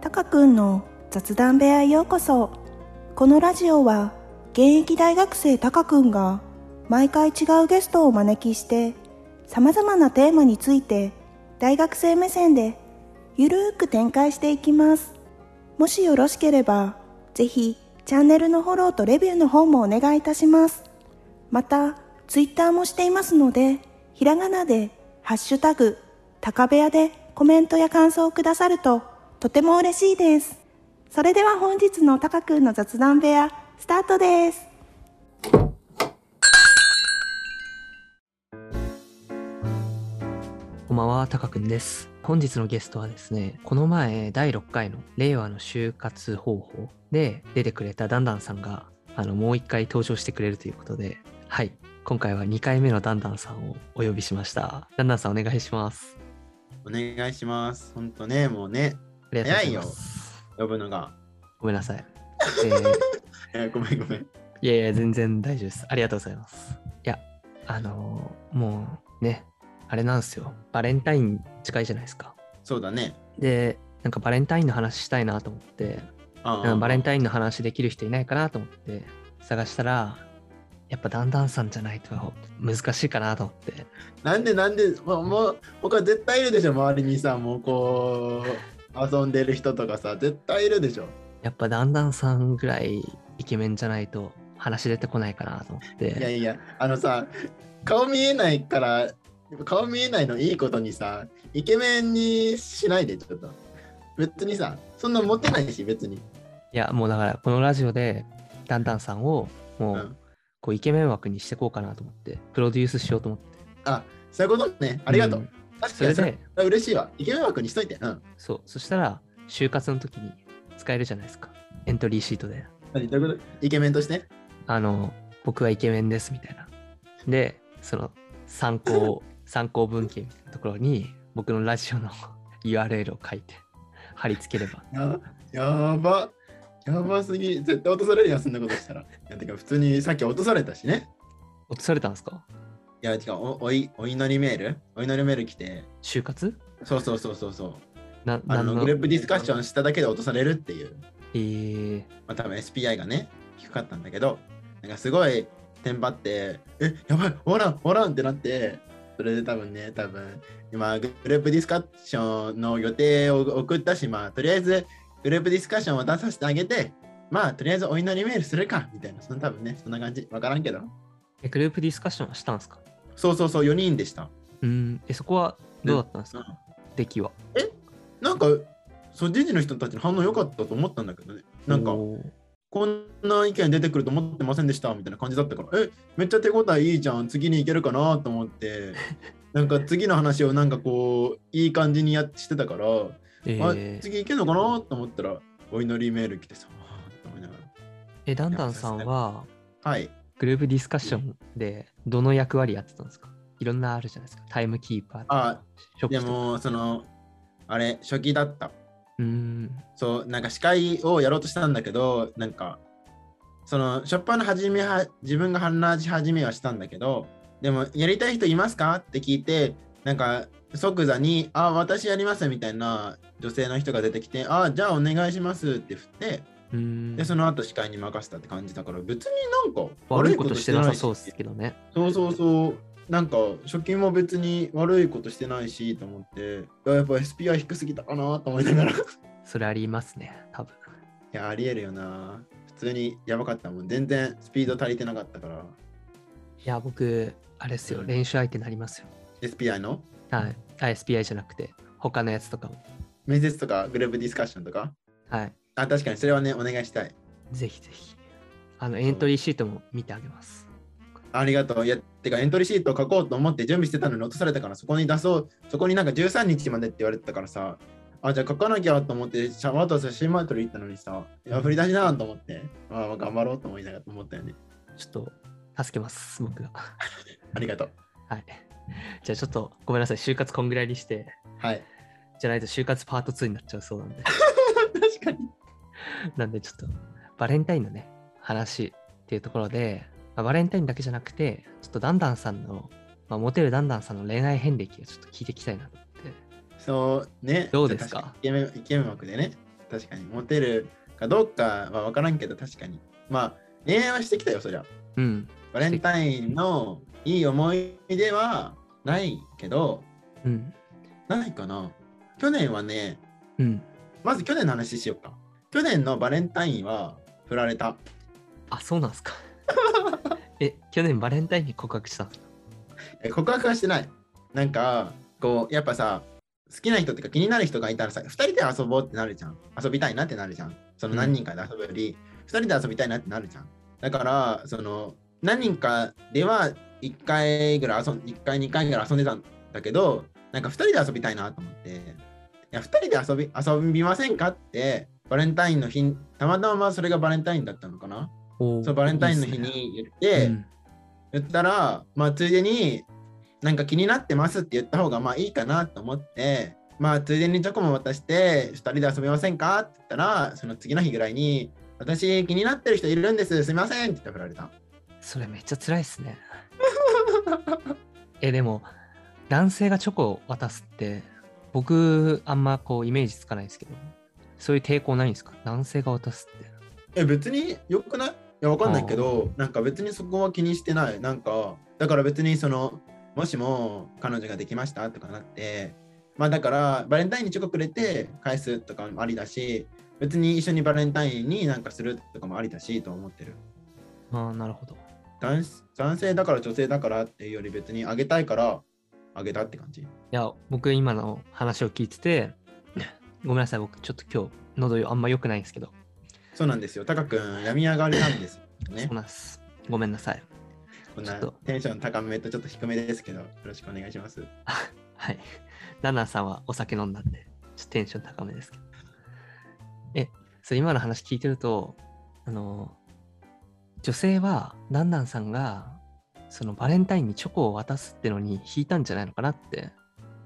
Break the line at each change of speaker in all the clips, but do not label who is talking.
たかくんの雑談部屋へようこそこのラジオは現役大学生たかくんが毎回違うゲストをお招きしてさまざまなテーマについて大学生目線でゆるーく展開していきますもしよろしければぜひチャンネルのフォローとレビューの方もお願いいたしますまたツイッターもしていますのでひらがなで「ハッシュタグ高部屋」でコメントや感想をくださるととても嬉しいですそれでは本日のたかくんの雑談部屋スタートです
こんばんは、たかくんです。本日のゲストはですね、この前、第6回の令和の就活方法で出てくれたダンダンさんが、あの、もう一回登場してくれるということで、はい、今回は2回目のダンダンさんをお呼びしました。ダンダンさん、お願いします。
お願いします。ほんとね、もうね、
ありがとうございます。
呼ぶのが。
ごめんなさい。えー
えーごめんごめん。
いやいや、全然大丈夫です。ありがとうございます。いや、あのーもうね、あれなんですよ。バレンタイン近いじゃないですか。
そうだね。
で、なんかバレンタインの話したいなと思って、
あ
うんバレン
イ
タインの話できる人いないかなと思って探したらやっぱダンダンさんじゃないと難しいかなと思って
ン。なんでなんで、もう、もう僕は絶対いるでしょ、周りにさ、もうこう、遊んでる人とかさ、絶対いるでしょ。
やっぱダンダンさんぐらいイケメンじゃないと話出てこないかなと思っ
いや
て
いや、あのさ、顔見えないから、顔見えないのいいことにさ、イケメンにしないで、ちょっと。別にさ、そんなモテないし、別に。
いやもうだからこのラジオでダンダンさんをも
う
うんこうイケメン枠にしてこうかなと思ってプロデュースしようと思って
そういうことね。ありがとう。
ん
確
そ
かに
れ
それ
で
は嬉しいわ。イケメン枠にしといて。うん。
そうそしたら就活の時に使えるじゃないですかエントリーシートで
何どういうことイケメンとして
あの、僕はイケメンですみたいな。で、その参 考、参考文献みたいなところに、僕のラジオの URL を書いて貼り付ければ。
ややばやばすぎ絶対落とされるやんそんなことしたらいやてか普通にさっき落とされたしね
落とされたんですか
いや違うおおいお祈りメールお祈りメール来て
就活
そうそうそうそうそう
な
あのグループディスカッショ
ン。
ンしただけで落とされるっていう
えー、
まあ多分 SPI がね低かったんだけどなんかすごいテンパってえやばいおらんおらんってなってそれで多分ね多分今グループディスカッションの予定を送ったしまあとりあえずグループディスカッションを出させてあげてまあとりあえずお祈りメールするかみたいなその多分ねそんな感じわからんけど
えグループディスカッションはしたんですか
そうそうそう4人でした
うん、え、そこはどうだったんです
う
か
ん
出来は。
なんかそう時事の人たちの反応良かったと思ったんだけどねなんか
おー
こんな意見出てくると思ってませんでしたみたいな感じだったから、え、めっちゃ手応えいいじゃん、次に行けるかなと思って、なんか次の話をなんかこう、いい感じにやってたから、
え
あ
ー、
次行けるのかなと思ったら、お祈りメール来てさ、あーって思いなが
え、ダンダンさんは、
ら。はい。
グループディスカッションでどの役割やってたんですかいろんなあるじゃないですか。タイムキーパーとか
あ、
ショッ
で
プとか。
も、その、あれ、初期だった。
うーん。
そう、なんか司会をやろうとしたんだけど、なんか、その、初っ端の始めは、自分が話し始めはしたんだけど、でも、やりたい人いますかって聞いて、なんか、即座に、あ、私やりますみたいな女性の人が出てきて、あ、じゃあお願いしますって振って、
うーん
で、その後司会に任せたって感じだから、別になんか、
悪いことしてなさそうで
し
すけどね。
そうそうそう。なんか初期も別に悪いことしてないしと思ってあやっぱ SPI 低すぎたかなと思いながら
それありますね、多分。
いや、ありえるよな。普通にやばかったもん。全然スピード足りてなかったから。
いや、僕、あれですよ、練習相手になりますよ。
SPI の
はい。ISPI じゃなくて、他のやつとかも。
面接とかグループディスカッションとか
はい。
あ、確かにそれはね、お願いしたい。
ぜひぜひ。あの、エントリーシートも見てあげます。
ありがとう。いや、てかエントリーシート書こうと思って準備してたのに落とされたから、そこに出そう。そこになんか13日までって言われてたからさ。あ、じゃあ書かなきゃと思って、シャワーと写真マートル行ったのにさ。いや、振り出しだなと思って。まあ、頑張ろうと思いながら思ったよね。
ちょっと、助けます、僕 が。
ありがとう。
はい。じゃあちょっと、ごめんなさい、就活こんぐらいにして、
はい。
じゃないと就活パート2になっちゃうそうなんで。
確かに。
なんでちょっとバレンタインのね話っていうところで、まあバレンタインだけじゃなくてちょっとダンダンさんの、まあ、モテるダンダンさんの恋愛遍歴をちょっと聞いていきたいなと思って
そうね。
どうですか
確にイケメン、イケメン枠でね。確かに。モテるかどうかは分からんけど、確かに。まあ、恋愛はしてきたよ、そりゃ。
うん。
バレンタインのいい思い出はないけど、
うん。
ないかな。去年はね、
うん。
まず去年の話しようか。去年のバレンタインは振られた。
あ、そうなんす か。え、去年バレンタインに告白したんですか
え告白はしてない。なんか、こう、やっぱさ、好きな人っていうか気になる人がいたらさ、2人で遊ぼうってなるじゃん。遊びたいなってなるじゃん。その何人かで遊ぶより、2人で遊びたいなってなるじゃん。だから、その、何人かでは1回ぐらい遊ん、1回、2回ぐらい遊んでたんだけど、なんか2人で遊びたいなと思って、いや、2人で遊び、遊びませんかって、バレンタインの日、たまたまそれがバレンタインだったのかな。
おー
そう、バレンタインの日
いいっ
に言っ
す
て、
ねうん
言ったら、まあ、ついでに、なんか気になってますって言った方がまあいいかなと思って、まあ、ついでにチョコも渡して、2人で遊びませんかって言ったら、その次の日ぐらいに、私気になってる人いるんです、すみませんって言って振られた。
それめっちゃ辛いっすね。え、でも、男性がチョコを渡すって、僕、あんまこう、イメージつかないですけど、そういう抵抗ないんですか男性が渡すって。
え、別によくないいや、わかんないけど、なんか別にそこは気にしてない。なんか、だから別にその、もしも彼女ができましたとかなって、まあだから、バレンタインにチョコくれて返すとかもありだし、別に一緒にバレンタインになんかするとかもありだしと思ってる。
ああ、なるほど。
男子男性だから女性だからっていうより別にあげたいからあげたって感じ。
いや、僕今の話を聞いてて、ごめんなさい、僕ちょっと今日、喉よあんま良くないんですけど、
そうなんですよ。タカ君、病み上がりなんですよね
そう。なんです。ごめんなさい。
こん
ちょ
な
っと
テンション高めとちょっと低めですけど、よろしくお願いします。
はい。ランナーさんはお酒飲んだんで、ちょっとテンション高めですけど。え、そう、今の話聞いてると、あの、女性は、ランナーさんが、そのバレンタインにチョコを渡すってのに引いたんじゃないのかなって、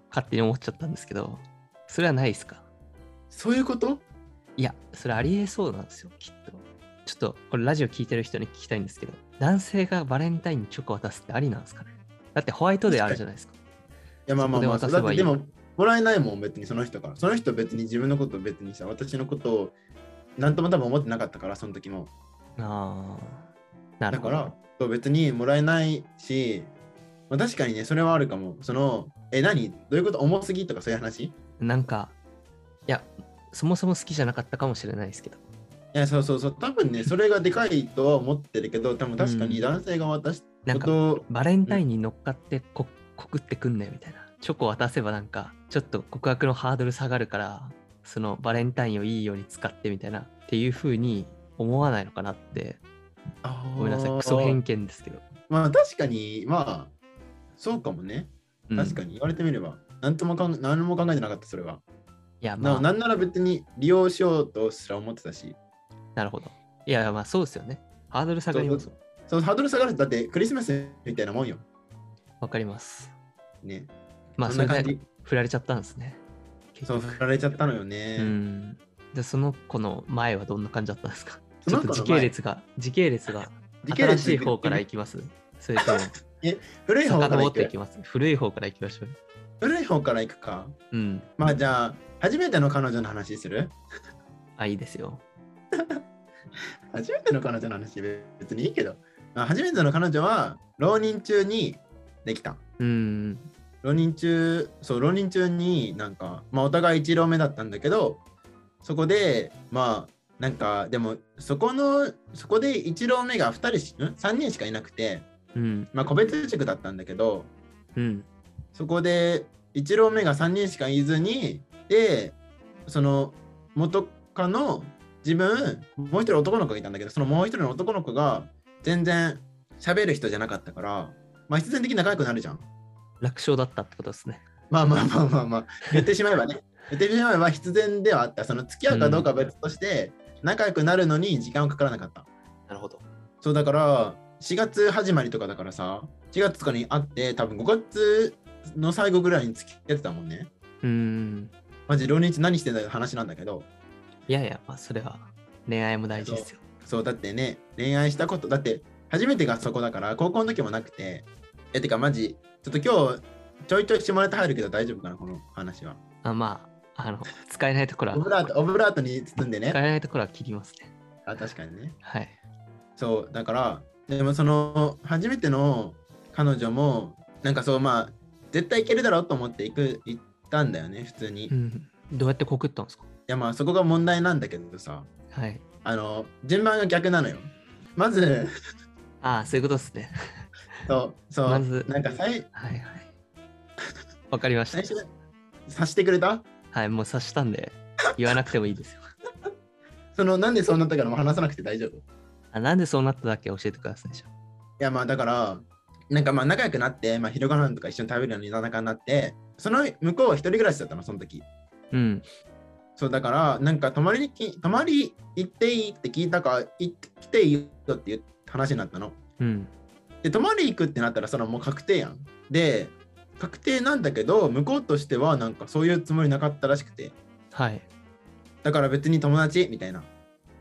勝手に思っちゃったんですけど、それはないですか
そういうこと
いや、それありえそうなんですよ、きっと。ちょっと、これラジオ聞いてる人に聞きたいんですけど、男性がバレンタインにチョコ渡すってありなんですかねだってホワイトデーあるじゃないですか。
いやまあまあまあ、
そこで
だ
渡せ
っ
ば
て
いい
でも、もらえないもん、別にその人から。その人別に自分のこと別にさ、私のことを何とも多分思ってなかったから、その時も。
ああ。なる
だ
ほど。
から、そう別にもらえないし、まあ、確かにね、それはあるかも。その、え、何どういうこと重すぎとかそういう話
なんか、いや、そもそも好きじゃなかったかもしれないですけど。
いやそうそうそう多分ねそれがでかいとは思ってるけど多分確か
う
に
ん
男性が渡し
な
た
んか、
こと、
バレンタインに乗っかってこ、告ってくんねみたいな。チョコ渡せばなんか、ちょっと告白のハードル下がるから、そのバレンタインをいいように使ってみたいな、っていう風に思わないのかなって、
あー
ごめんなさい、クソ偏見ですけど。
まあ確かにまあそうかもね
うん
確かに言われてみれば、なんともかん何も考えてなかったそれは、
いや、ま
な
あ、
なんなら別に利用しようとすら思ってたし
なるほど。いや、まあそうですよね。ハードル下がりますもん。
そのハードル下がるとだってクリスマスみたいなもんよ
わかります。
ね
まあ、
そ
そ
んな
れ
感
で
じ
振られちゃったんですね。結
そう
局
振られちゃったのよね、
うん。で、その子の前はどんな感じだったんですか
そ
ちょ
の
っ
子
と
の
時系列が、時系列が、
時系
新
列
しい方からいきます。それ とも、
古い方から
遡
行
ってい
く
きます。古い方からいきましょう。
古い方から行くか
うん。
まあじゃあ初めての彼女の話する
あ、いいですよ。
初めての彼女の話別にいいけど、まあ、初めての彼女は浪人中にできた
うん。
浪人中そう浪人中になんか、まあ、お互い1浪目だったんだけどそこでまあなんかでもそこのそこで1浪目が2人しん3人しかいなくて、
うん。
まあ、個別塾だったんだけど
うん。
そこで1浪目が3人しかいずにでその元カノ自分もう一人男の子がいたんだけどそのもう一人の男の子が全然喋る人じゃなかったからまあ必然的に仲良くなるじゃん
楽勝だったってことですね。
まあまあまあまあまあ言ってしまえばね言ってしまえば必然ではあったその付き合うかどうかは別として仲良くなるのに時間はかからなかった
なるほど。
そうだから4月始まりとかだからさ4月とかに会って多分5月の最後ぐらいに付き合ってたもんね
うん。
マジ浪人中何してんだよって話なんだけど
いやいや、まあ、それは恋愛も大事ですよ。
そうだってね恋愛したことだって初めてがそこだから高校の時もなくてえてかマジちょっと今日ちょいちょい下ネタ入るけど大丈夫かなこの話は
あまあ、あの使えないところは
オブラート、オブラートに包んでね
使。えないところは切りますね。
あ、確かにね。
はい。
そう、だから、でもその、初めての彼女も、なんかそう、まあ、絶対行けるだろうと思って行く、行ったんだよね、普通に。
う
い
ん。どうやって告ったんですか
や、まあ、そこが問題なんだけどさ、
はい。
あの、順番が逆なのよ。まず、
ああ、そういうことですね。
そう、そう、
まず
なんか最
はいはい。わかりまし
最初
た。
で察してくれた
はい、もう察したんで、言わなくてもいいですよ。
その、なんでそうなったかも話さなくて大丈夫。い
あなんでそうなっただけ教えてください。じゃ
や、まあ、だから、なんかまあ仲良くなって、まあ、昼ご飯とか一緒に食べるようにな仲になって、その向こうは一人暮らしだったの、その時。
あうん。
そうだから、なんか泊まりにき泊まり行っていいって聞いたから、行ってきていいよっていう話になったの。
うん。
で、泊まり行くってなったら、それはもう確定やん。で、確定なんだけど、向こうとしては、なんかそういうつもりなかったらしくて、
はい。
だから別に友達みたいな。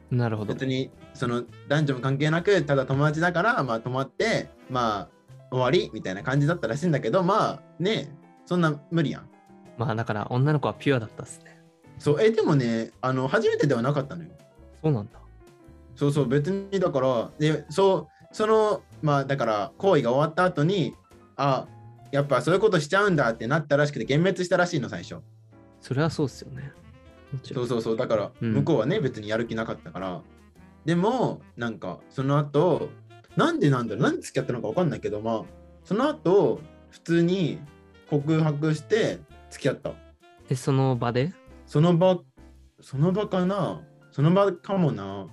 なるほど。
別に、その男女も関係なく、ただ友達だから、まあ泊まって、まあ終わりみたいな感じだったらしいんだけど、まあね、そんな無理やん。
まあだから女の子はピュアだったっすね。
そう、え、でもね、あの、初めてではなかったのよ。
そうなんだ。
そうそう別にだからでそうそのまあだから行為が終わった後にあやっぱそういうことしちゃうんだってなったらしくて幻滅したらしいの最初
それはそうっすよね。もち
そ
ろん
うそうそうだから
うん
向こうはね、別にやる気なかったからでもなんかその後なんでなんだろうなんで付き合ったのか分かんないけどまあその後普通に告白して付き合った
え、その場で
その場その場かなその場かもな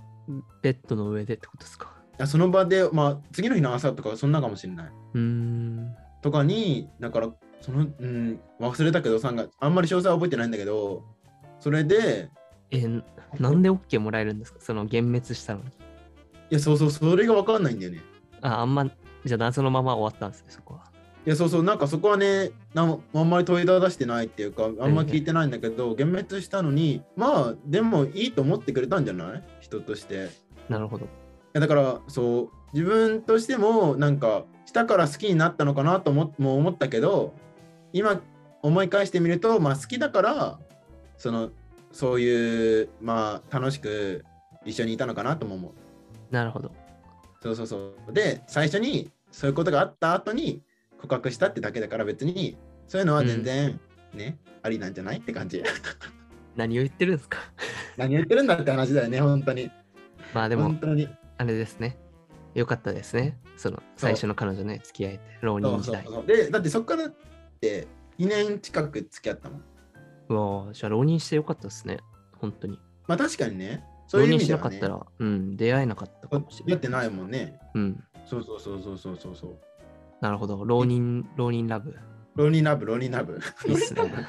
ベッドの上でってことですか
あその場でまあ次の日の朝とかそんなかもしれないう
ーん。
とかにだからその、うん、忘れたけど3月あんまり詳細は覚えてないんだけどそれで
え、なんで OK もらえるんですかその幻滅したのに。
いやそうそうそれが分かんないんだよね
あ、あんま、じゃあ謎のまま終わったんですね、そこは。
いやそうそうなんかそこはねなんあんまり問い出してないっていうかあんま聞いてないんだけど幻滅したのにまあでもいいと思ってくれたんじゃない人としてい
なるほど。
やだからそう自分としてもなんかしたから好きになったのかなともも思ったけど今思い返してみると、まあ、好きだからそのそういう、まあ、楽しく一緒にいたのかなとも思う。
なるほど。
そうそうそうで最初にそういうことがあった後に告白したってだけだから別にそういうのは全然ね、ありなんじゃないって感じ。
何を言ってるんですか
何言ってるんだって話だよね本当に。
まあでも
本、当に
あれですね。よかったですね。その最初の彼女ね、付き合えて、浪
そ
人時
うそう
代。
そうでだってそっからって2年近く付き合ったもん。
うわあじゃあ浪人してよかったですね。本当に。
まあ確かにね。そう
浪
いう
人
意味
して
で
なか
は、
っ
ね、
たら、うん、出会えなかったかもしれ
やっ
ない。
てないもんね。
うん、
そうそうそうそうそうそうそう。
なるほど。浪人、浪人ラブ。
ローリーラブ、ローリーラブ。
いいっすね。
だか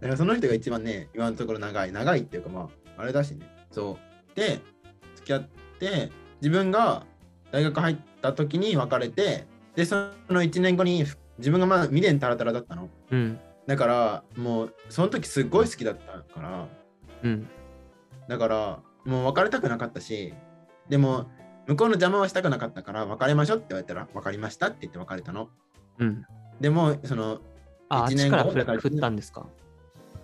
らその人が一番ね、今のところ長い。長いっていうかまあ、あれだしね。そう。で、付き合って、自分が大学入った時に別れて、で、その1年後に自分がまだ未練たらたらだったの。
うん、
だから、もう、その時すっごい好きだったから、
うん、
だから、もう別れたくなかったし、でも、向こうの邪魔はしたくなかったから、別れましょうって言われたら、分かりましたって言って別れたの。
うん。
でも、その、
あ、あっ
一
ち
年
か
後
ら振
だから
ら振ったんですか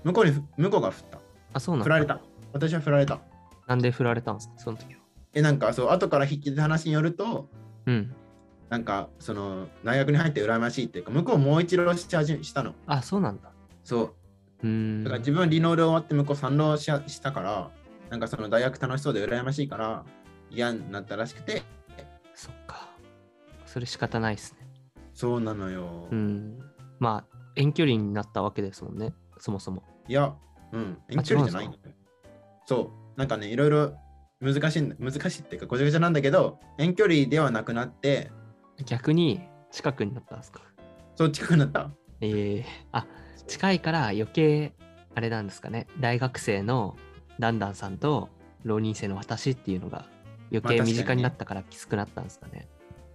向こうにふ、向こうが振った。
あ、そうなん
振
だ
られた。私は振られた。
なんで振られたんですかその時は。
え、なんか、そう、後から引き出た話によると、
うん。
なんか、その、大学に入って羨ましいっていうか、向こうもう一浪し始めしたの。
あ、そうなんだ。
そ
う
う。
ーん
だから。自分は離農で終わって向こう三浪ししたから、なんかその大学楽しそうで羨ましいから、嫌になったらしくて、
そっか。それ仕方ないですね。
そうなのよ。
うん。まあ、遠距離になったわけですもんね。そもそも。
いや、うん、遠距離じゃないんだよ。そう、なんかね、いろいろ難しいんだ、難しいっていうか、ごちゃごちゃなんだけど、遠距離ではなくなって、
逆に近くになったんですか
そう近くなった。
ええあ近いから余計あれなんですかね大学生のダンダンさんと浪人生の私っていうのが余
まあ確
計
か
身
にね
近になったからきつくなったんですかね。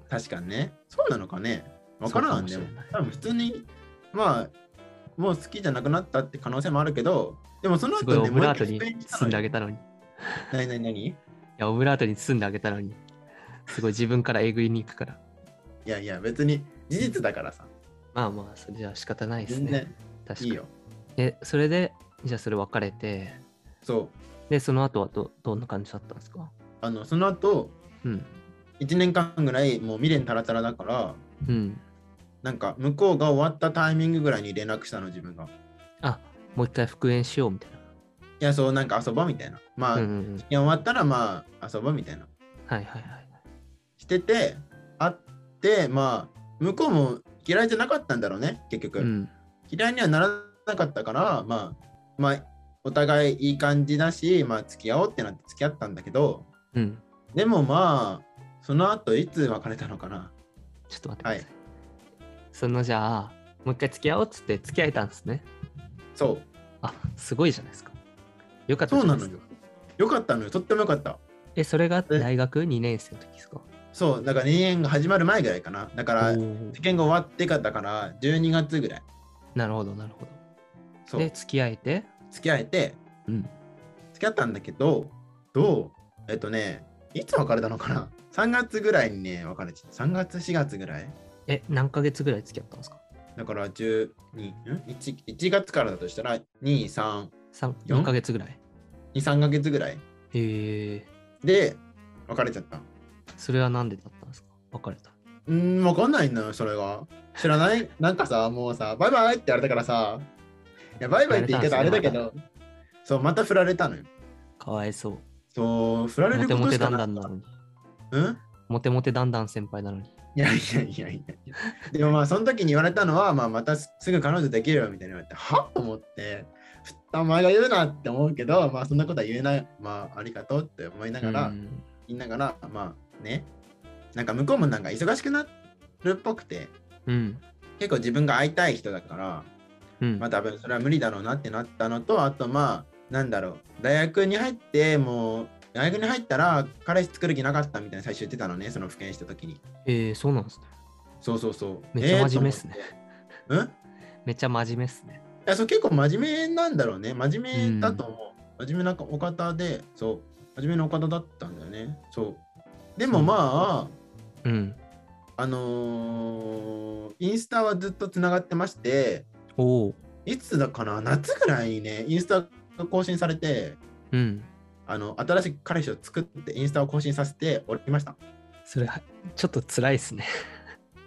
確かにね。そうなのかね。わからんね。
そうか
で
もしれ
も
ない
多分普通に、まあ、もう好きじゃなくなったって可能性もあるけど、でもその
すごい
後
オ
ね、
ブ
もう
ラ
一
ート
回
に
復縁した
包んであ
のよ。
げたのに。い
なになになにい
や、オブラートに包んであげたのに。すごい自分からえぐりに行くから。
やいや、別に事実だからさ。
まあまあ、それじゃあ仕方ないです
全
ね。
然
確か
い
に。
いよ。
え、それでじゃあそれ別れて、
そう。
で、その後はどどんな感じだったんですか
あの、その後、
うん。
1年間ぐらいもう未練たらたらだから、
うん。
なんか向こうが終わったタイミングぐらいに連絡したの自分が。い
あ、もう一回復縁しようみたい
や、そうなんか遊ぼうみたいな。まあ、
な。う
い
んうんうん。
や終わったらまあ遊ぼうみたいな。
はいはいはい。
してて、会って、まあ、向こうも嫌いじゃなかったんだろうね、結局。
うん。
嫌いにはならなかったから、まあ、まあ、お互いいい感じだし、まあ、付き合おうってなって付き合ったんだけど、
うん。
でもまあ、その後いつ別れたのかな
ちょっと待ってください。そのじゃあ、もう一回付き合おうっつって付き合えたんですね。
そう。
あ、すごいじゃないですか。よかった
そう
じゃ
ない
で
の
すか
よ。よかったのよ。とってもよかった。
え、それが
え
大学2年生の時ですか
そう。だから2年が始まる前ぐらいかな。だから、
お
受
ー
験が終わってかだから、12月ぐらい。
なるほど、なるほど。
そ
で、
う。
付き合えて、
付き合えて、
うん。
付き合ったんだけど、どうえっとね、いつ別れたのかな ?3 月ぐらいにね、別れちゃった。3月、4月ぐらい
え、何ヶ月ぐらい付き合ったんですか
だから12、1, 1月からだとしたら、2、3、
三
四
4ヶ月ぐらい。
2、3ヶ月ぐらい
へえ
で別れちゃった。
それはなんでだったんですか別れた。
うーん、わかんないんだよ、それが。知らないなんかさ、もうさ、バイバイって言われたからさ、いや、バイバイって言い方あれだけど、そう、また振られたのよ。
かわいそう。
そう、振られ
モ
る
テ
こ
モ
と
テ
し
ダ
か
ンダ
な
ンな
か
のに。
った。うん
モテモテダンダン先輩なのに。
いやいやいやいやいや。でもまあ、その時に言われたのは、まあ、またすすぐ彼女できるよみたいに言われて、はと思って、ふったお前が言うなって思うけど、まあ、そんなことは言えない、まあ、ありがとうって思いながら、
うん
言いながら、まあね、なんか向こうもなんか忙しくなるっぽくて、
うん。
結構自分が会いたい人だから、
うん。
まあ多分それは無理だろうなってなったのと、あとまあ、なんだろう、大学に入って、もう、大学に入ったら彼氏作る気なかったみたいな最初言ってたのね、その復縁した時に。
えー、そうなんですね。
そうそうそう。
めっちゃ真面目っすね
えーと思って。うん
めっちゃ真面目っすね。
いやそう結構真面目なんだろうね。真面目だと思う。真面目なお方で、そう、真面目なお方だったんだよね。そう。でもまあ、
うん。
あのーインスタはずっとつながってまして、
おお。
いつだかな、夏ぐらいにね、インスタが更新されて、
うん。
あの新しく彼氏を作ってインスタを更新させておりました。
それは、ちょっと辛いっすね。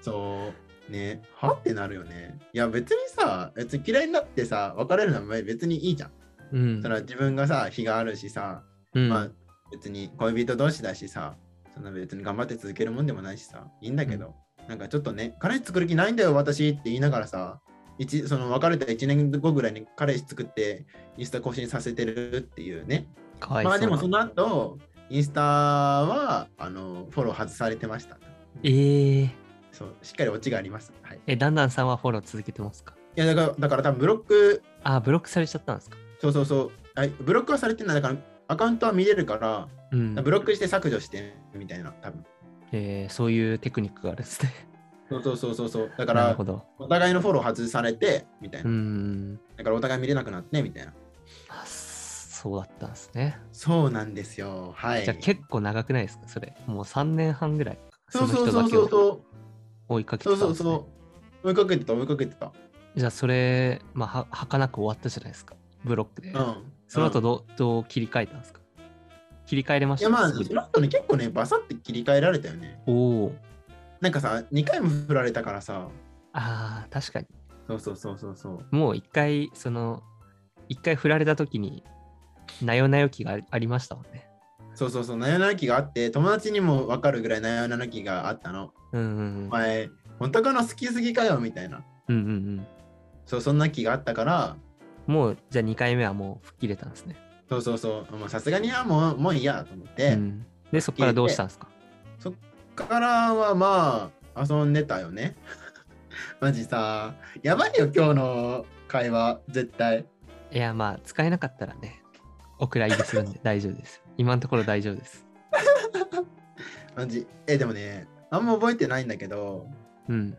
そう。ね、はってなるよね。いや、別にさ、別に嫌いになってさ、別れるのは別にいいじゃん。
うん
そ。れは自分がさ、日があるしさ、
うん
まあ、別に恋人同士だしさ、そんな別に頑張って続けるもんでもないしさ、いいんだけど、なんかちょっとね、彼氏作る気ないんだよ、私って言いながらさ、一その別れた1年後ぐらいに彼氏作って、インスタ更新させてるっていうね。
かわいそう
ま
な。
あでもその後、インスタはあのフォロー外されてました。
えー、
そうしっかりオチがあります。はい、い
え、ダンダンさんはフォロー続けてますか
やだからだから多分ブロック、
あー、ブロックされちゃったんですか
そうそうそう、はい、ブロックはされてない。だからアカウントは見れるから、
うん。
ブロックして削除してみたいな、多分
えー、そういうテクニックがあるんですね。
そうそうそうそうそう。だか
なる
ら
ほど。
お互いのフォロー外されてみたいうな。
ん。
だからお互い見れなくなってみたいな。
あそうだったんですね。
そうなんですよ。はい。
じゃあ結構長くないですかそれ。もう3年半ぐらい。
そうそう
の
そう
人だ
そう
けを
そう。
追いかけ
そ
て
う
た
そ
んで
う
す、ね。
そう。追いかけてた追いかけてた。
じゃあそれ、まあ、は儚く終わったじゃないですか。ブロックで。
うん。
その後
うん
ど,、うどう切り替えたんですか切り替えれまし
い
た
やまあ、
すぐに
その後ね、結構ね、バサって切り替えられたよね。
おお。
なんかさ、2回も振られたからさ。
ああ、確かに。
そうそうそうそうそう。
もう一回、その、一回振られた時に、なよなよ期がありありましたもんね。
そうそうそう、なよなよ期があって、友達にも分かるぐらいなよなよ期があったの。
うんうんうん。
お前、本当かの好きすぎかよみたいな。
うんうん
そう、そんな期があったから、
うん。もう、じゃあ2回目はもう吹っ切れたんですね。
そうそうそう、もうさすがにはもうもういいやと思って、
うん、で、そこからどうしたんですか
からはまあ、遊んでたよね。 マジさ、やばいよ、今日の会話、絶対。
いや、まあ、使えなかったらね、お蔵入りするんで 大丈夫です。今のところ大丈夫です。
マジ。え、でもね、あんま覚えてないんだけど、
うん。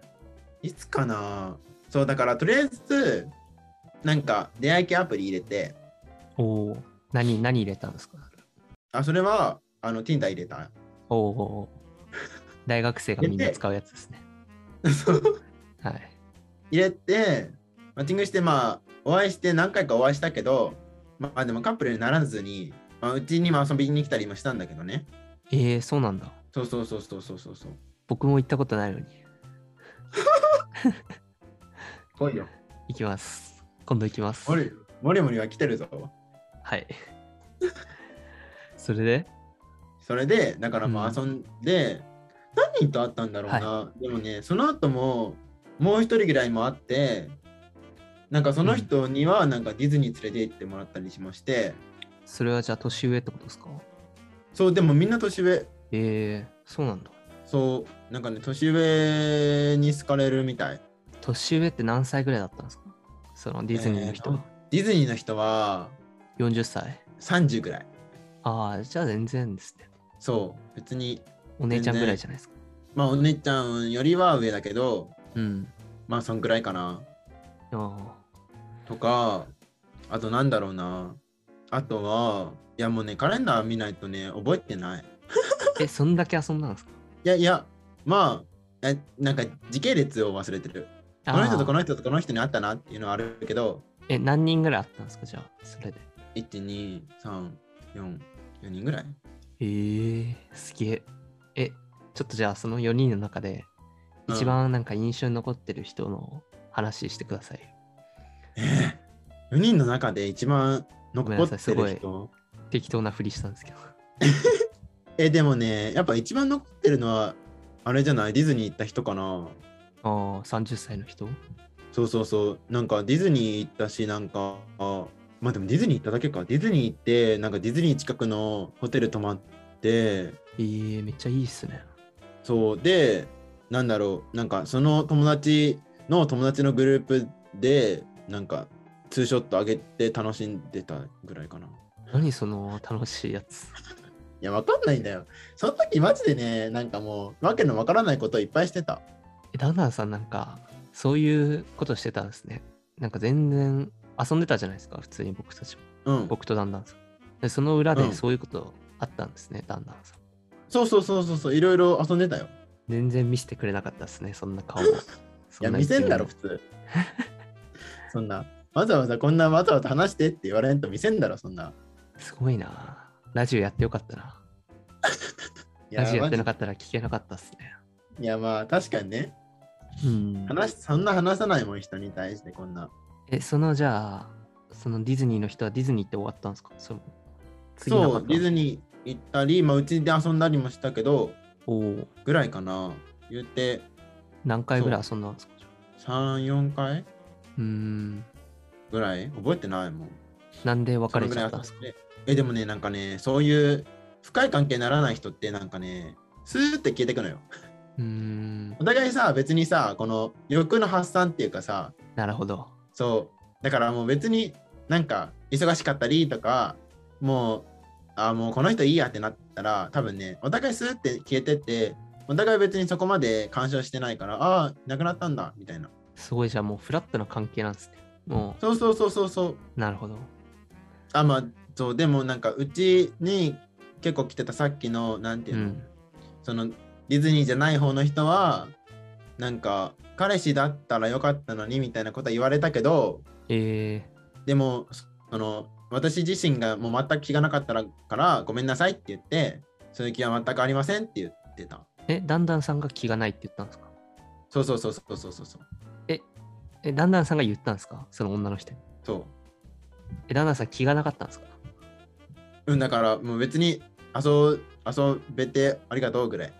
いつかなそう、だからとりあえず、なんか出会い系アプリ入れて、
おお。何、何入れたんですか
あ、それは、あの、Tinder 入れた。
おお。大学生がみんな使うやつですね。
そう
はい。
入れて、マッチングして、まあ、お会いして何回かお会いしたけど、まあでもカップルにならずに、まあ、うちにも遊びに来たりもしたんだけどね。
えー、そうなんだ。
そうそうそうそうそうそうそう。
僕も行ったことないのに。
来いよ。
行きます。今度行きます。
モリモリモリは来てるぞ。
はい。それで
それで、だからまあ
うん
遊んで、何人と会ったんだろうな。でもね、その後も、もう一人ぐらいも会って、なんかその人にはなんかディズニー連れて行ってもらったりしまして、
それはじゃあ年上ってことですか
そう、でもみんな年上。
えー、そうなんだ。
そう、なんかね、年上に好かれるみたい。
年上って何歳ぐらいだったんですかそのディズニーの人は。
ディズニーの人は
40歳。
30ぐらい。
ああ、じゃあ全然ですね。
そう、別に、
お姉ちゃんぐらいじゃないですか。
まあお姉ちゃんよりは上だけど、
うん。
まあそんくらいかな。
あ
とか、あとなんだろうな。あとは、いやもうね、カレンダー見ないとね、覚えてない。
ーえ、そんだけ遊んだんです か
いやいや、まあ、えなんか時系列を忘れてる。この人と
の
この人とこの人に会ったなっていうのはあるけど、
え、何人ぐらいあったんですかじゃあ、それで。
1、2、3、4、4人ぐらい
えー、すげえ。え、ちょっとじゃあその4人の中で、
うん
一番なんか印象に残ってる人の話してくださいよ。
えー、4人の中で一番残
ごめん
っ
なさいす
て
ご
る
い
人
適当なふりしたんですけど。
えでもねやっぱ一番残ってるのはあれじゃないディズニー行った人かな
ああ、30歳の人
そうそうそうなんかディズニー行ったしなんかあまあでもディズニー行っただけかディズニー行ってなんかディズニー近くのホテル泊まって
えー、めっちゃいいっすね。
そうでなんだろうなんかその友達の友達のグループでなんかツーショット上げて楽しんでたぐらいかな
何その楽しいやつ。
いや、わかんないんだよ。その時マジでね、なんかもう、わけのわからないことをいっぱいしてた。
え、ダンダンさんなんか、そういうことしてたんですね。なんか全然遊んでたじゃないですか、普通に僕たちも。
うん。
僕とダンダンさん。で、その裏
う
で
ん
そういうことあったんですね、ダンダンさん。
そうそうそうそうそう、いろいろ遊んでたよ。
全然見せてくれなかったですね、そんな顔を。
い
そ
や、
な
見せんだろ、
一
普通。 そんな、わざわざこんなわざわざ話してって言われんと見せんだろ、そんな。
面すごいな。ラジオやってよかったな。
い
ラジオやってなか
マ
ったら聞けなかったですね。
ジいや、まあ、確かにね、
うん。
話そんな話さないもん、人に対してこんな。
え、そのじゃあ、そのディズニーの人はディズニーって終わったんですかその次なか
そ
った
う、ディズニー行ったり、まあ、うちで遊んだりもしたけど、
おお、
ぐらいかな。言って、
何回ぐらい遊んだんですかじゃあ
3、4回
うーん。
ぐらい覚えてないもん。
なんで別
そ
れ
のぐ
ち
ら
ゃ
い
ったんですか
遊んでえでもねなんかねそういう深い関係にならない人ってなんかねスーって消えてくのよ
うーん。
お互いさ別にさこの欲の発散っていうかさ
なるほど。
そうだからもう別になんか忙しかったりとかもうあもうこの人いいやってなったら多分ねお互いスーって消えてってお互い別にそこまで干渉してないからああーいなくなったんだみたいな
すごいじゃあもうフラットな関係なんですね。も
そうそうそうそうそう
う、なるほど。
あまあそうでもなんかうちに結構来てたさっきのなんていううの、
ん。
そのディズニーじゃない方の人はなんか彼氏だったらよかったのにみたいなことは言われたけど
え
でもその私自身がもう全く気がなかったらからごめんなさいって言ってそういう気は全くありませんって言ってた
ー、え、ダンダンさんが気がないって言ったんですか
そうそうそうそうそうそうそう
え、ダンダンさんが言ったんですかその女の人に。
そう
え、ダンダンさん気がなかったんですか
うんだからもう別に遊遊べてありがとうぐらい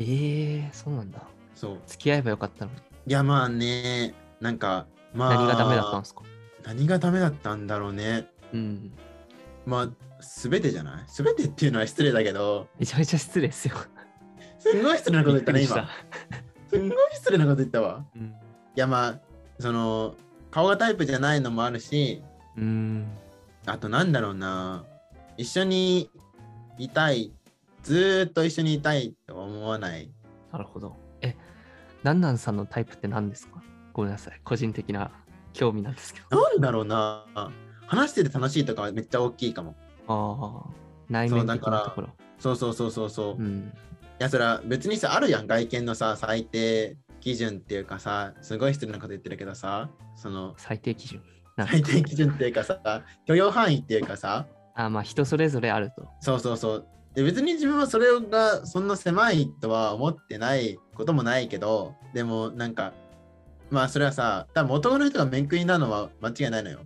えー、そうなんだ。
そう
付き合えばよかったのに。
いやまあねなんかまあ
何がダメだったんですか
何がダメだったんだろうね
うん。
まあ全てじゃない全てっていうのは失礼だけど
めちゃめちゃ失礼ですよ。
すんごい失礼なこと言ったね、
びくり
今。すんごい失礼なこと言ったわ。
うん。
いや、まあ、その、顔がタイプじゃないのもあるし、
うーん。
あとなんだろうな、一緒にいたい、ずーっと一緒にいたいと思わない。
なるほど。え、ダンダンさんのタイプって何ですかごめんなさい。個人的な興味なんですけど。
なんだろうな、話してて楽しいとかはめっちゃ大きいかも。
ああ、内面的なところ。
そうそうそうそうそう。
う
い
ん。
や、それは別にさ、あるやん、外見のさ、最低基準っていうかさ、すごい失礼なこと言ってるけどさ、その、
最低基準。なんか
最低基準っていうかさ、許容範囲っていうかさ、
あまあ人それぞれあると。
そうそうそう。で別に自分はそれがそんな狭いとは思ってないこともないけど、でもなんか、まあそれはさ、多分男の人が面食いなのは間違いないのよ。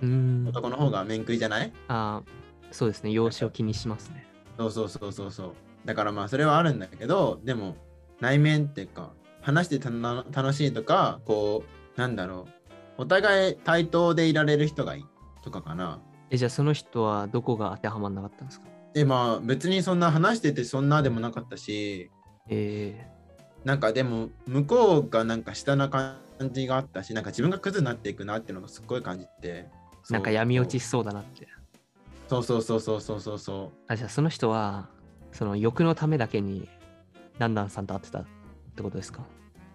うーん。
男の方が面食いじゃない
あそうですね。容姿を気にしますね。
そうそうそうそうそう。だからまあそれはあるんだけど、でも内面っていうか、話してたの楽しいとか、こう、なんだろう、お互い対等でいられる人がいいとかかな。
え、じゃあその人はどこが当てはまんなかったんですか
でまあ別にそんな話しててそんなでもなかったし、
え
なんかでも向こうがなんか下な感じがあったし、なんか自分がクズになっていくなっていうのがすっごい感じて。
ー、なんか闇落ちしそうだなって。
そうそうそうそうそうそうそう。
あ、じゃあその人は、その欲のためだけに、ダンダンさんと会ってたってことですか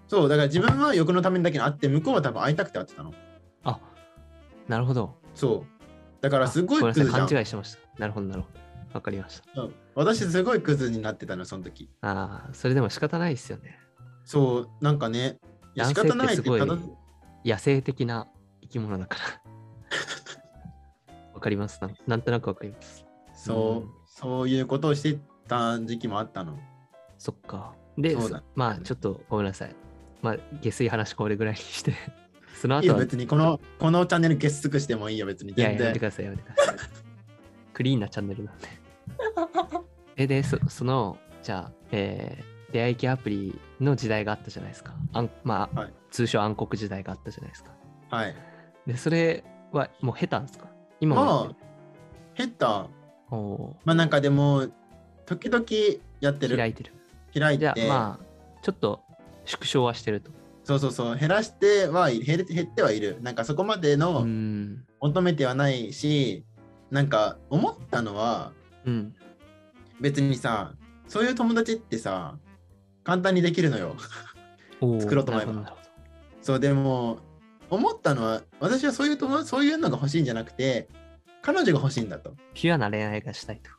そう、だから自分は欲のためにだけに会って、向こうは多分会いたくて会ってたの。
あ、なるほど。
そう。だからすご
あご
い
めんな
クズじ
さ
ゃ
い。
ん。
勘違いしてました。なるほど、なるほど。わかりました。
うん私すごいクズになってたのその時
ああ、それでも仕方ないですよね。
そうなんかねいや
男
仕
性っ
方な
て
いっ
す
て
ごい
ただ
野生的な生き物だから。わかりますなん。なんとなくわかります。
そう、
うん
そういうことをしてた時期もあったの
そっか。で、
そうだ
そまあちょっとごめんなさい。まあ下水話これぐらいにして、 その
いい
後
よ
は、い
別にこのこのチャンネル月くしてもいいよ別に
や
全
いややめ
然
てください、やめてください。クリーンなチャンネルなんで。え、で、そその、じゃあ、えー出会い系アプリの時代があったじゃないですか。あんまあ、
はい
通称暗黒時代があったじゃないですか。
はい
で、それはもう下手んですか今もやってる
まあ減った
お
まあなんかでも時々やって
ー開
る開
いてる。
い
じゃあ
て、
まあちょっと縮小はしてると。
そうそうそう減らしてはい減れ減ってはいるなんかそこまで
う
の
ん。
求めてはないし、なんか思ったのは
うん。
別にさそういう友達ってさ簡単にできるのよ
おー
作ろうと思えば
なるほどなるほ
そうでも思ったのは私はそういう友達そういうのが欲しいんじゃなくて彼女が欲しいんだと
どピュアな恋愛がしたいと。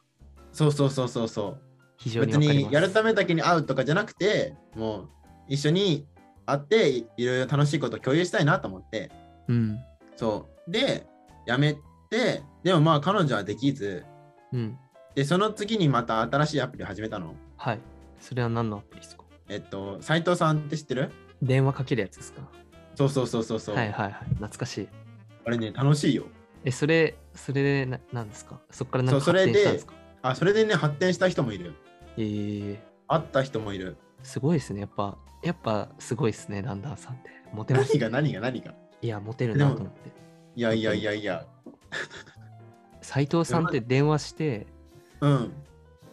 そうそうそうそうそ
非
う
常にわかり
別
ま
に
す。
やるためだけに会うとかじゃなくてもう一緒に会っていいろいろ楽しいことを共有したいなと思って
うん。
そうでやめてでもまあ彼女はできず
うん。
でその次にまた新しいアプリを始めたの
はい。それは何のアプリですか
えっと斉藤さんって知ってる
電話かけるやつですか
そうそうそうそうそう、
はいはいはい。懐かしい。
あれね楽しいよ
え、それ、それでななんですかそこからなんか
そうそ
発
れ
展し
で
たんですか
あそれでね発展した人もいる
えー、
会った人もいる
すごいですね。やっぱ、やっぱすごいですね、ランダーさんって。モテます
何。が何が 何が
いや、モテるなと思って。
いやいやいやいや
斉藤さんって電話して、
うん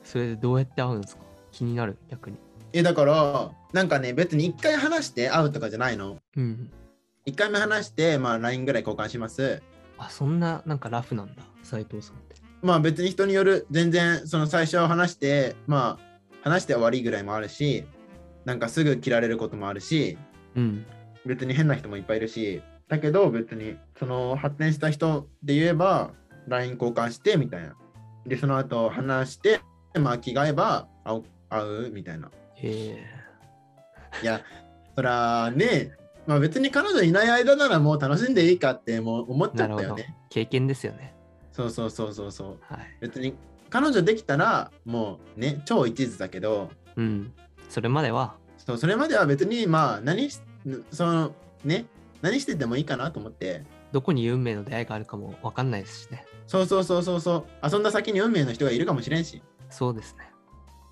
それでどうやって会うんですか気になる、逆に。
えだからなんかね別に一回話して会うとかじゃないの
うん。
一回目話してまあ LINE ぐらい交換します
あ、そんななんかラフなんだ、斉藤さんって。
まあ別に人による全然その最初は話してまあ話して終わりぐらいもあるしなんかすぐ切られることもあるし
うん。
別に変な人もいっぱいいるしだけど別にその発展した人で言えば LINE 交換してみたいなでその後話してまあ着替えば会う会うみたいな
え
いやそらねまあ別に彼女いない間ならもう楽しんでいいかってもう思っ
ー、
ちゃ
な
っ
る
た
ほど
よね。
経験ですよね。
そうそうそうそうそう
はい。
別に彼女できたらもうね超一途だけど
うん。それまでは、
そうそれまでは別にまあ何しそのね何しててもいいかなと思って
どこに運命の出会いがあるかもわかんないですしね。
そうそうそうそうそう遊んだ先に運命の人がいるかもしれんし
そうですね。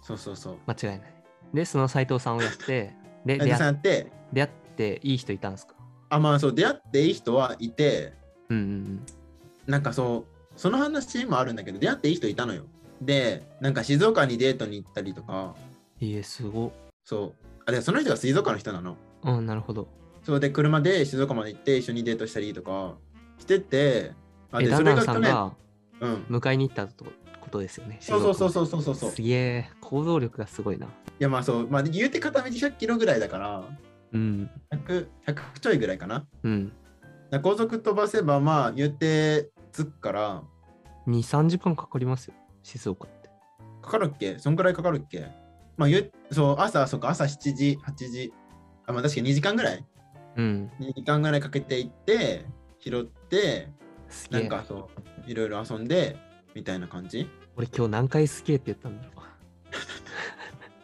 そうそうそう
間違いない。で、その斉藤さんをやって、で、
斉藤
出
さ
会
んやって
出会っていい人いたんですか
あまあそう出会っていい人はいて
うんうんうん。
なんかそうその話もあるんだけど出会っていい人いたのよでなんか静岡にデートに行ったりとか
いいえ、すごっ。
そう。あ、でその人が水族館の人なの。
うん、なるほど。
そうで、車で静岡まで行って一緒にデートしたりとかしてて、あ
え、
で、
ダ
そ
ンダ
れが
ンさ
去
ん
年、
が
うん。
迎えに行ったとことですよね。
そうそうそう
う。
そうそうそうそう。
す
い
げえ、行動力がすごいな。
や、まあそう、まあ言うて片道100キロぐらいだから、
うん。
100, 100ちょいぐらいかな。
うん。
だ高速飛ばせば、まあ言うてつくから、
2、3時間かかりますよ、静岡って。
かかるっけそんくらいかかるっけまあ言う、そう、朝、そうか、朝7時、8時、あ、まあ確かに2時間ぐらい
うん。
2時間ぐらいかけて行って、拾っって、
す
な
げ
ん
え
かそう、いろいろ遊んで、みたいな感じ
俺今日何回すげえって言ったんだ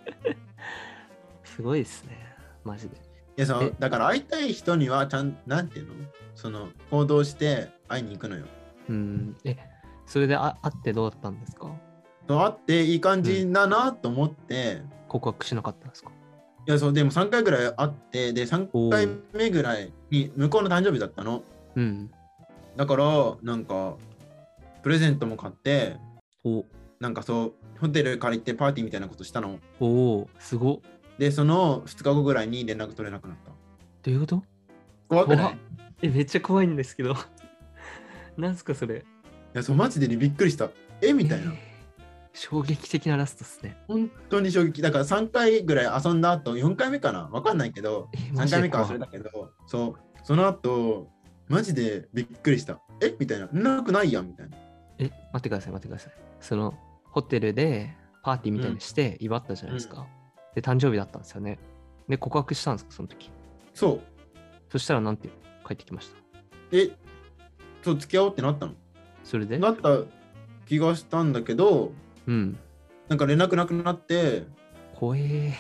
ろうすごいですねマジで
いやそ
え
うだから会いたい人にはちゃんなんていうのその行動して会いに行くのよ。
うんえそれであ会ってどうだったんですか
そう会っていい感じだなと思って、
告白しなかったんですか
いやそうでも3回ぐらい会ってで3回目ぐらいに向こうの誕生日だったの
うん
だからなんかプレゼントも買って
お
なんかそうホテル借りてパーティーみたいなことしたの
おーすごっ
でその2日後ぐらいに連絡取れなくなった
どういうこと
怖くな
怖
い
っ
い
えめっちゃ怖いんですけど なんすかそれ
やそうマジでびっくりしたえみたい
え
な
ー衝撃的なラストっすね
本当に衝撃だから3回ぐらい遊んだ後4回目かなわかんないけど
えマ
3
ジで
回目か忘
怖
れ
い
たけど、そう、その後、マジでびっくりした。えみたいな。なくないやんみたいな。
え待ってください待ってくださいそのホテルでパーティーみたいにして祝ったじゃないですか、で誕生日だったんですよねで告白したんですかその時
そう。
そしたらなんて帰ってきました
え、そう、付き合おうってなったの
それで
なった気がしたんだけど、
うん
なんか連絡なくなって、
怖え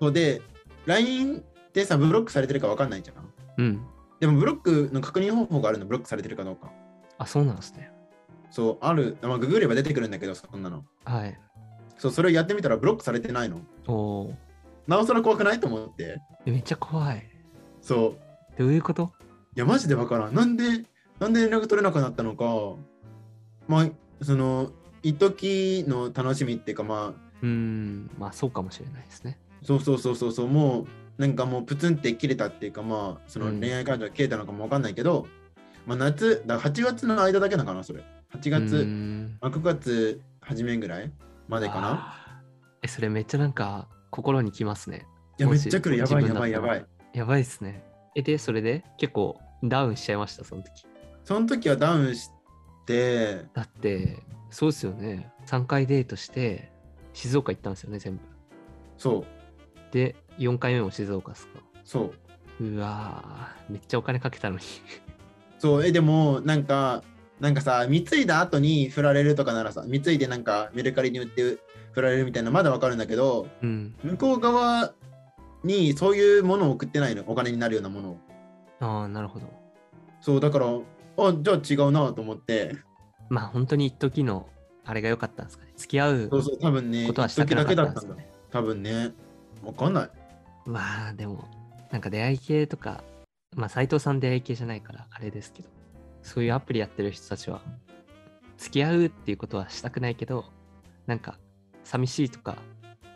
そうで、LINE でさ、ブロックされてるかわかんないじゃん。
うん
でも、ブロックの確認方法があるの、ブロックされてるかどうか。
あそうなんですね
そう、ある、まあ、ググれば出てくるんだけど、そんなの。
はい
そう、それをやってみたらブロックされてないの。
おお
なおさら怖くないと思って。
めっちゃ怖い
そう。
どういうこと
いや、マジでわからん。なんで、なんで連絡取れなくなったのか。まあ、その、一時の楽しみっていうか、まあ、
うーんまあそうかもしれないですね
そうそうそうそうそう、もう、なんかもうプツンって切れたっていうか、まあ、その
うん
恋愛感情が切れたのかもわかんないけど、まあ、夏、だ8月の間だけなのかな、それ。8月、
うーん
まあ、9月初めぐらいまでかな。
あーえそれめっちゃなんか心にきますね
いや、
も
めっ
し
ちゃ来る。やばい
自分
や
だ
ば
っ
いや
たら
ばい。
やばいっすねえでそれで結構ダウンしちゃいましたその時
その時はダウンして、
だってそうですよね3回デートして静岡行ったんですよね全部
そう、
で4回目も静岡っすか
そう。
うわーめっちゃお金かけたのに
そうえでもなんかなんかさ貢いだ後に振られるとかならさ貢いでなんかメルカリに売って振られるみたいなまだわかるんだけど
うん
向こう側にそういうものを送ってないのお金になるようなものを
ああなるほど
そうだからあじゃあ違うなと思って
まあ本当に一時のあれが良かったんですかね付き合う
そうそう多分ね
ことは
一
したく
時
な
だ
か
け
っ
だ
たん
っ
で
た
す
ん
か
だ
ね
多分ねわかんない
まあでもなんか出会い系とかまあ斎藤さん出会い系じゃないからあれですけどそういうアプリやってる人たちは付き合うっていうことはしたくないけどなんか寂しいとか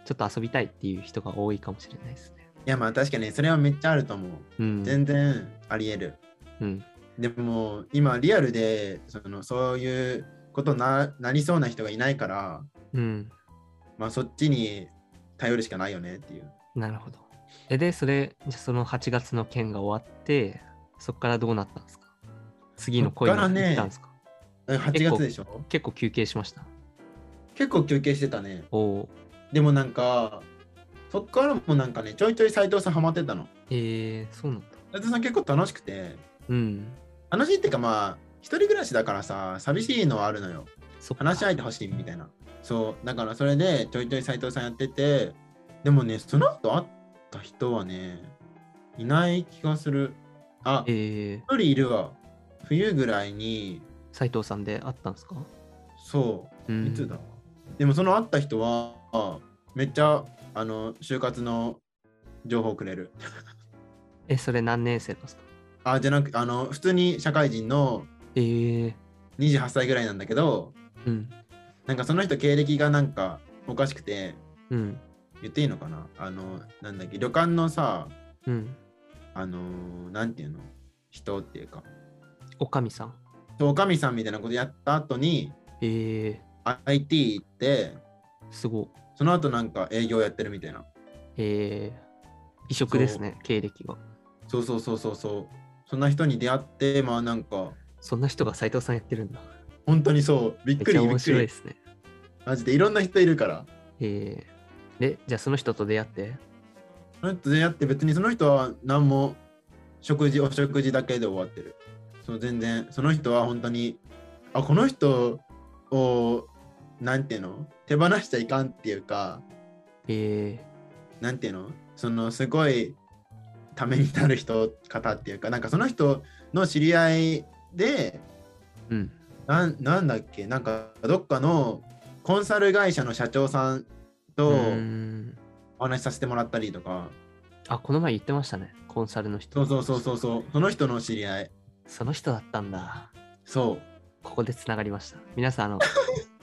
ちょっと遊びたいっていう人が多いかもしれないですね。
いやまあ確かにそれはめっちゃあると思う
うん。
全然ありえる
うん、
でも今リアルでそのそういうことななりそうな人がいないから
うん。
まあそっちに頼るしかないよねっていう。
なるほど。えで、それ、じゃあその8月の件が終わって、そこからどうなったんですか次の恋に
そっからね
行ったんですか、
え8
結構
月でしょ
結構休憩しました。
結構休憩してたね。
おお。
でもなんか、そっからもなんかね、ちょいちょい斎藤さんハマってたの。
えー、そうなんだ。
斎藤さん結構楽しくて、
うん。
楽しいってかまあ、一人暮らしだからさ、寂しいのはあるのよ。
そっか
話し合えてほしいみたいな。そう、だからそれでちょいちょい斎藤さんやってて、でもね、その後会った人はね、いない気がする。あ、一
えー、
人いるわ。冬ぐらいに、
斎藤さんで会ったんですか
そう、
うん
いつだでもその会った人はめっちゃあの就活の情報くれる。
え、それ何年生なんですか
あじゃなくあの普通に社会人の
えー、
28歳ぐらいなんだけど
うん。
なんかその人経歴がなんかおかしくて
うん。
言っていいのかなあのなんだっけ旅館のさ
うん。
あのなんていうの人っていうか
おかみさん。
おかみさんみたいなことやった後に
えー、
IT 行って
すごい。
その後なんか営業やってるみたいな
えー、異色ですね、経歴が。
そうそうそうそうそうそんな人に出会ってまあなんか
そんな人が斎藤さんやってるんだ。
本当にそうびっ
めっ
く
ち
り
ゃ
び
面
っく
白いで
り
すね。
マジでいろんな人いるから
えー、で、じゃあその人と出会って、
その人と出会って別にその人は何も食事お食事だけで終わってるそう全然その人は本当にあこの人をなんていうの手放しちゃいかんっていうか
え
なんていうのそのすごいためになる人方っていうかなんかその人の知り合いで
ー、うん。
なんなんだっけなんかどっかのコンサル会社の社長さんと
うーん
お話しさせてもらったりとか、
あ、この前言ってましたね。コンサルの人。
そうそうそうそうそうその人の知り合い
その人だったんだ。
そう
ここでつながりました。皆さん、あの、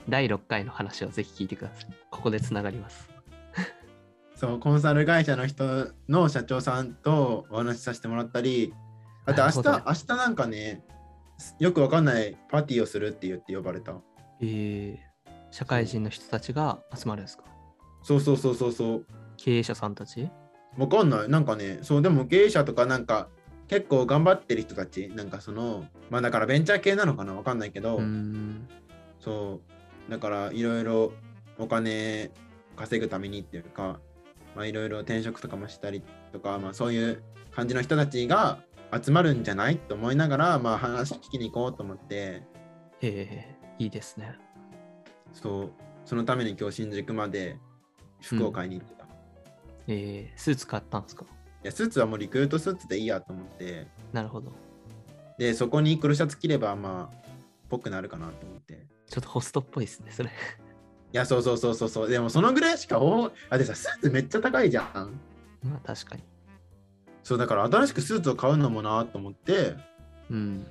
第6回の話をぜひ聞いてください。ここでつながります。
そうコンサル会社の人の社長さんとお話しさせてもらったりあと
なるほ
明
ど
日明日なんかねよくわかんないパーティーをするって言って呼ばれた
えー、社会人の人たちが集まるんですか
そうそうそうそうそう
経営者さんたち
わかんないなんかねそうでも経営者とかなんか結構頑張ってる人たちなんかそのまあだからベンチャー系なのかなわかんないけど、
うーん。
そうだからいろいろお金稼ぐためにっていうかまあいろいろ転職とかもしたりとか、まあ、そういう感じの人たちが集まるんじゃないと思いながら、まあ、話聞きに行こうと思って
えー、いいですね。
そうそのために今日新宿まで服を買いに行ってた、い
えー、スーツ買ったんですか
やスーツはもうリクルートスーツでいいやと思って
なるほど。
でそこに黒シャツ着ればまあぽくなるかなと思ってい
ちょっとホストっぽいですね、それ。
やそうそうそうそうそうでもそのぐらいしかおあでさスーツめっちゃ高いじゃん
まあ確かに。
そうだから新しくスーツを買うのもなと思って
うん。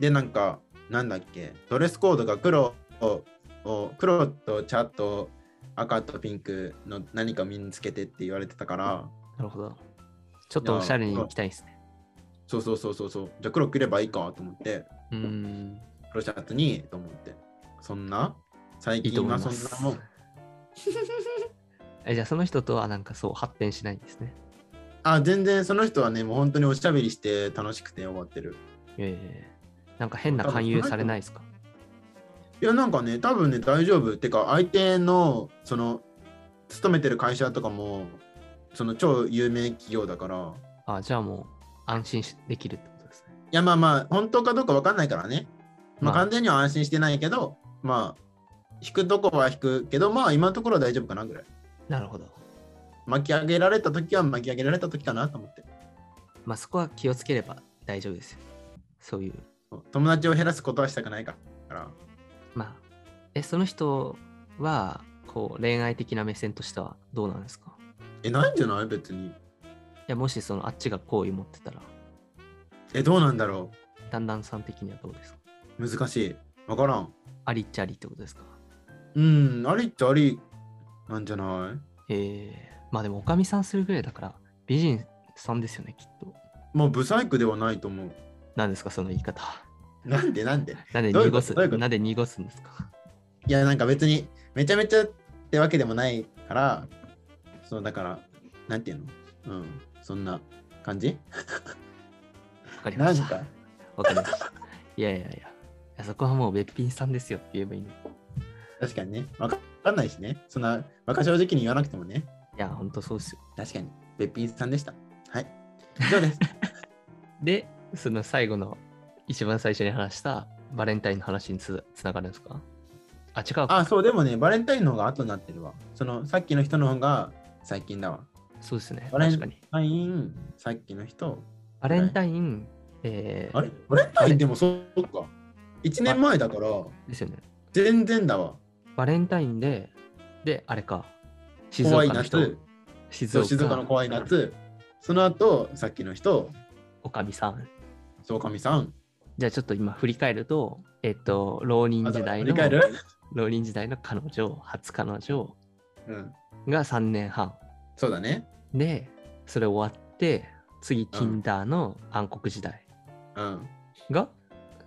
でなんかなんだっけドレスコードが黒をを黒と茶と赤とピンクの何か身につけてって言われてたから
なるほど。ちょっとおしゃれに行きたいですね。
そうそうそうそうそうじゃあ黒着ればいいかと思って
うーん。
黒シャツにと思ってそんな最
いいと
近
思い
は
ま
そ
す。
んなもん
えじゃあその人とはなんかそう発展しないんですね。
あ全然その人はねもう本当におしゃべりして楽しくて終わってる
ええなんか変な勧誘されないですか
いやなんかね多分ね大丈夫てか相手のその勤めてる会社とかもその超有名企業だから
あじゃあもう安心しできるってことですね。
いやまあまあ本当かどうか分かんないからね、ま
ま
あ、
あ
完全には安心してないけどまあ引くとこは引くけどまあ今のところは大丈夫かなぐらい
なるほど。
巻き上げられた時は巻き上げられた時かなと思って
まあそこは気をつければ大丈夫ですよ。そういう。
友達を減らすことはしたくないから
まあ。え、その人はこう恋愛的な目線としてはどうなんですか
えないんじゃない別に
いやもしそのあっちが好意持ってたら、
えどうなんだろ
だんだんさん的にはどうですか
う難しい分からん
ありっちゃありってことですか
うんありっちゃありなんじゃない
ええまあでもおかみさんするぐらいだから美人さんですよねきっと。
もうブサイクではないと思う。
何ですかその言い方。
なんでなんで
なんで
どういう
濁
こと
す
どういうこと
なんで濁すんですか
いやなんか別にめちゃめちゃってわけでもないから、そうだから、なんていうのうん、そんな感じ
わかりま
なん
した。
か、
わかりました。いやいやいや。いやそこはもうべっぴんさんですよって言えばいいのに。
確かにね、わかんないしね。そんな、バカ正直に言わなくてもね。
いや、ほんとそうですよ。
確かに、べっぴんさんでした。はい。以上 です。
で、その最後の一番最初に話したバレンタインの話につつながるんですかあ、違うか。
あ、そう、でもね、バレンタインの方が後になってるわ。その、さっきの人の方が最近だわ。
そうですね。
バレン
確かに。
バレンタイン、さっきの人。
バレンタイン、えー
あれバレンタインでもそうか。1年前だから、
ですよね。
全然だわ。
バレンタインで、で、あれか。静
怖
岡
い
の人
夏。。
静
そう
岡
静岡の怖い夏その後さっきの人
おかみさん。
そうかみさん
じゃあちょっと今振り返ると、えっと、浪人
あ
時
と
代
振
の
り返る、
浪人時代の彼女、初彼女
うん、
が3年半。
そうだね
で、それ終わって、次、
う
Tinder の暗黒時代
うん
が、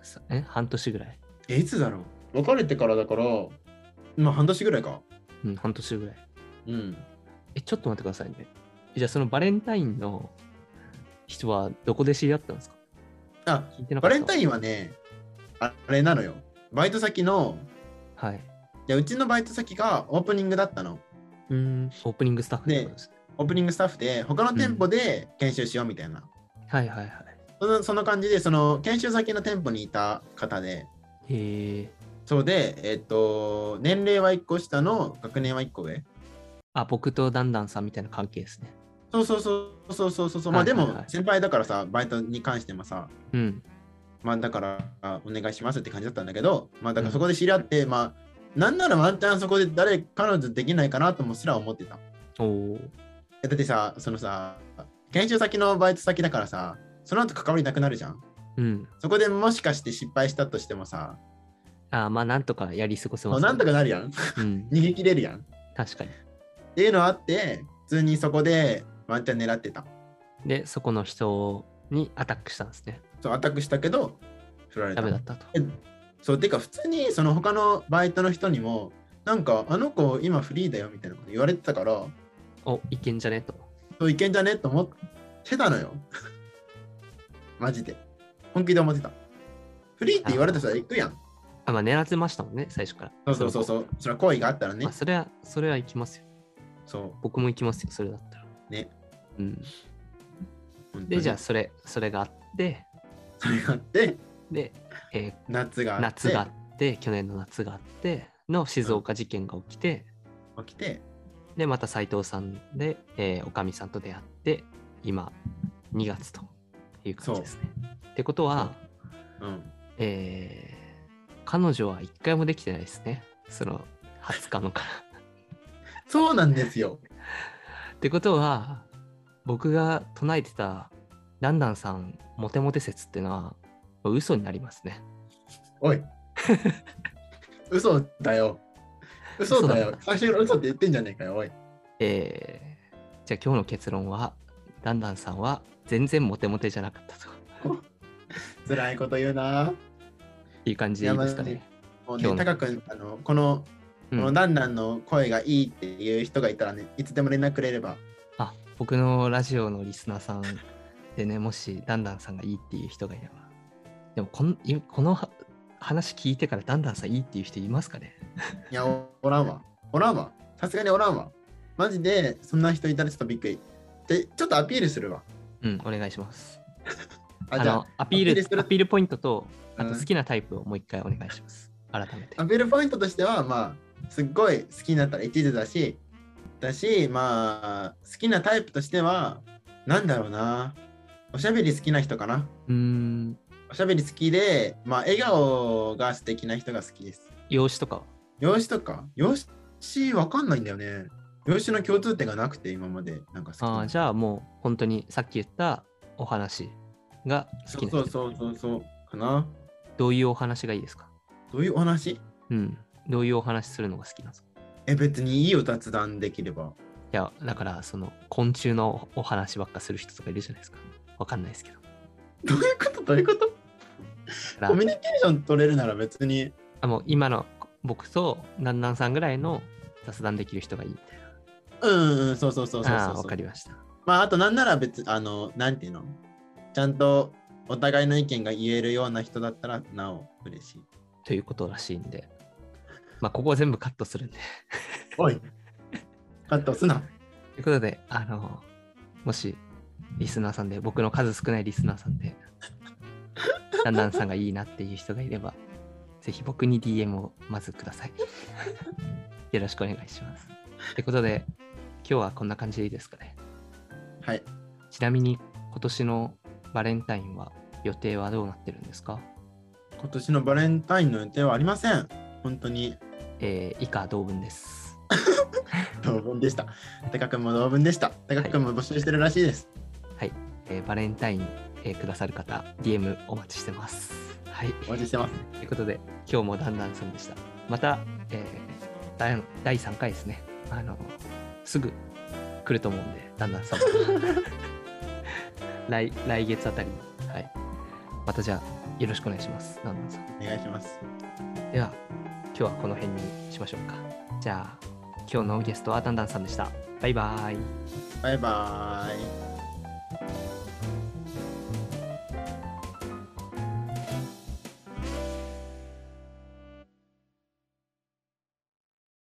さえ半年ぐらい。
えいつだろう別れてからだからまあ半年ぐらいか
うん、半年ぐらい。
うん
え、ちょっと待ってくださいね。じゃあそのバレンタインの人はどこで知り合ったんですか
あ
聞いてなか
バ
った。
レンタインはねああれなのよバイト先の
はい。
いやうちのバイト先がオープニングだったの
うーん、オープニングスタッフってことですね。
オープニングスタッフで他の店舗で研修しようみたいな、
はいはいはい。
そのその感じで、その研修先の店舗にいた方で、
へえ。
そうで、えっと、年齢は1個下の学年は1個上。
あ、僕とダンダンさんみたいな関係ですね。
そうそうそうそうそうそうそう。ま
は
あ
い
で
はいはい
も、先輩だからさ、バイトに関してもさ、
うん。
まあだから、あお願いしますって感じだったんだけど、まあだからそこで知り合って、まあ、なんならワンチャンそこで誰、彼女できないかなともすら思ってた。
おお。
えだってさ、そのさ、研修先のバイト先だからさ、その後関わりなくなるじゃん。
うん。
そこでもしかして失敗したとしてもさ、
あ、まあなんとかやり過ごせ
も
ま
う
す、
なんとかなるやん。
うん。
逃げ切れるやん。っ
確かに。
ていうのあって、普通にそこでワンチャン狙ってた。
で、そこの人にアタックしたんですね。
そう、アタックしたけど、振られ
ダ
た
メ。だったと。
そう、てか普通にその他のバイトの人にも、なんかあの子今フリーだよみたいなこと言われてたから、
お、いけんじゃねと。
そういけんじゃねと思ってたのよ。 マジで。本気で思ってた。フリーって言われた人は行くやん。
あ、まあ狙ってましたもんね、最初から。
そうそうそうそう。それは好意があったらね
まあ、。それは、それは行きますよ。
そ
僕も行きますよ、それだったら。
ね。
うん。
う。
で、じゃあ、
あ。
それ、それがあって、
それがあって、
で、え
夏があ
ー
って、
夏があって、去年の夏があって、の静岡事件が起きて、
起きて、
で、また斉藤さんで、えーおかみさんと出会って、今、2月という感じですね。ってことは、
うん。
えー彼女は1回もできてないですね。その20日のから。
そうなんですよ。
ってことは僕が唱えてたランダンさんモテモテ説ってのは嘘になりますね。
おい。嘘だよ。嘘だ
嘘
よ
だ。
最初から嘘って言ってんじゃねえかよ、おい。
えーじゃあ今日の結論はランダンさんは全然モテモテじゃなかったと
辛いこと言うな。
いう感じでいいですか
いや
ね。
もう
今日
ね、
の
タカ君、あの、この、
う
この
ん、
ダンダンの声がいいっていう人がいたらね、いつでも連絡くれれば。
あ僕のラジオのリスナーさんでねもしランダンさんがいいっていう人がいればでもこんいこのは話聞いてからランダンさんいいっていう人いますかね
いや、おおらんわ。おらんわ。さすがにおらんわ。マジで、そんな人いたらちょっとびっくり。で、ちょっとアピールするわ。
うんお願いします。
あ、
あ
じゃあ
の、アピー
アピールす
ル
る
アピールポイントとあと
うん
好きなタイプをもう一回お願いします。改めて
ア。ピールポイントとしては、まあ、すっごい好きになったら一途だし、だし、まあ、好きなタイプとしては、なんだろうな。おしゃべり好きな人かな。
うーん、
おしゃべり好きで、まあ、笑顔が素敵な人が好きです。
容姿とかは
容姿とか容姿わかんないんだよね。容姿の共通点がなくて、今まで。なんか好き
あ
な
あ、じゃあもう本当にさっき言ったお話が好きな人
そうそうそうそう。かな。
どういうお話がいいですか
どういうお話
うん。どういうお話するのが好きなんですか
え、別にいいよ、雑談できれば。
いや、だからその昆虫のお話ばっかする人とかいるじゃないですか。わかんないですけど。
どういうことどういうこと
だか
コミュ
ら
ニケーション取れるなら別に。
あもう今の僕となんなんさんぐらいの雑談できる人がいいみたいな。
うんうん、そうそうそうそう
あ
そ
あー、
う
わ
そ
か
う。
りました。
まあ、あとなんなら別、あの、なんていうのちゃんとお互いの意見が言えるような人だったらなお嬉しい。
ということらしいんで。まあ、ここは全部カットするんで。
おいカットすな。
ということで、あの、もし、リスナーさんで、僕の数少ないリスナーさんで、ダンダンさんがいいなっていう人がいれば、ぜひ僕に DM をまずください。よろしくお願いします。ってことで、今日はこんな感じでいいですかね。
はい。
ちなみに、今年のバレンタインは、予定はどうなってるんですか
今年のバレンタインの予定はありません。本当に
えー以下同文です。
同文でした。高くんも同文でした。高くんも募集してるらしいです。
えーバレンタイン、えーくださる方、DM お待ちしてます。はい。
お待ちしてます。
ということで、今日もだんだんさんでした。また、えーだい第3回ですね。あの、すぐ来ると思うんで、だんだんさんも 来、来月あたりに。はい。またじゃあ、よろしくお願いします。だんだんさん。
お願いします。
では、今日はこの辺にしましょうか。じゃあ、今日のゲストはだんだんさんでした。バイバーイ。
バイバーイ。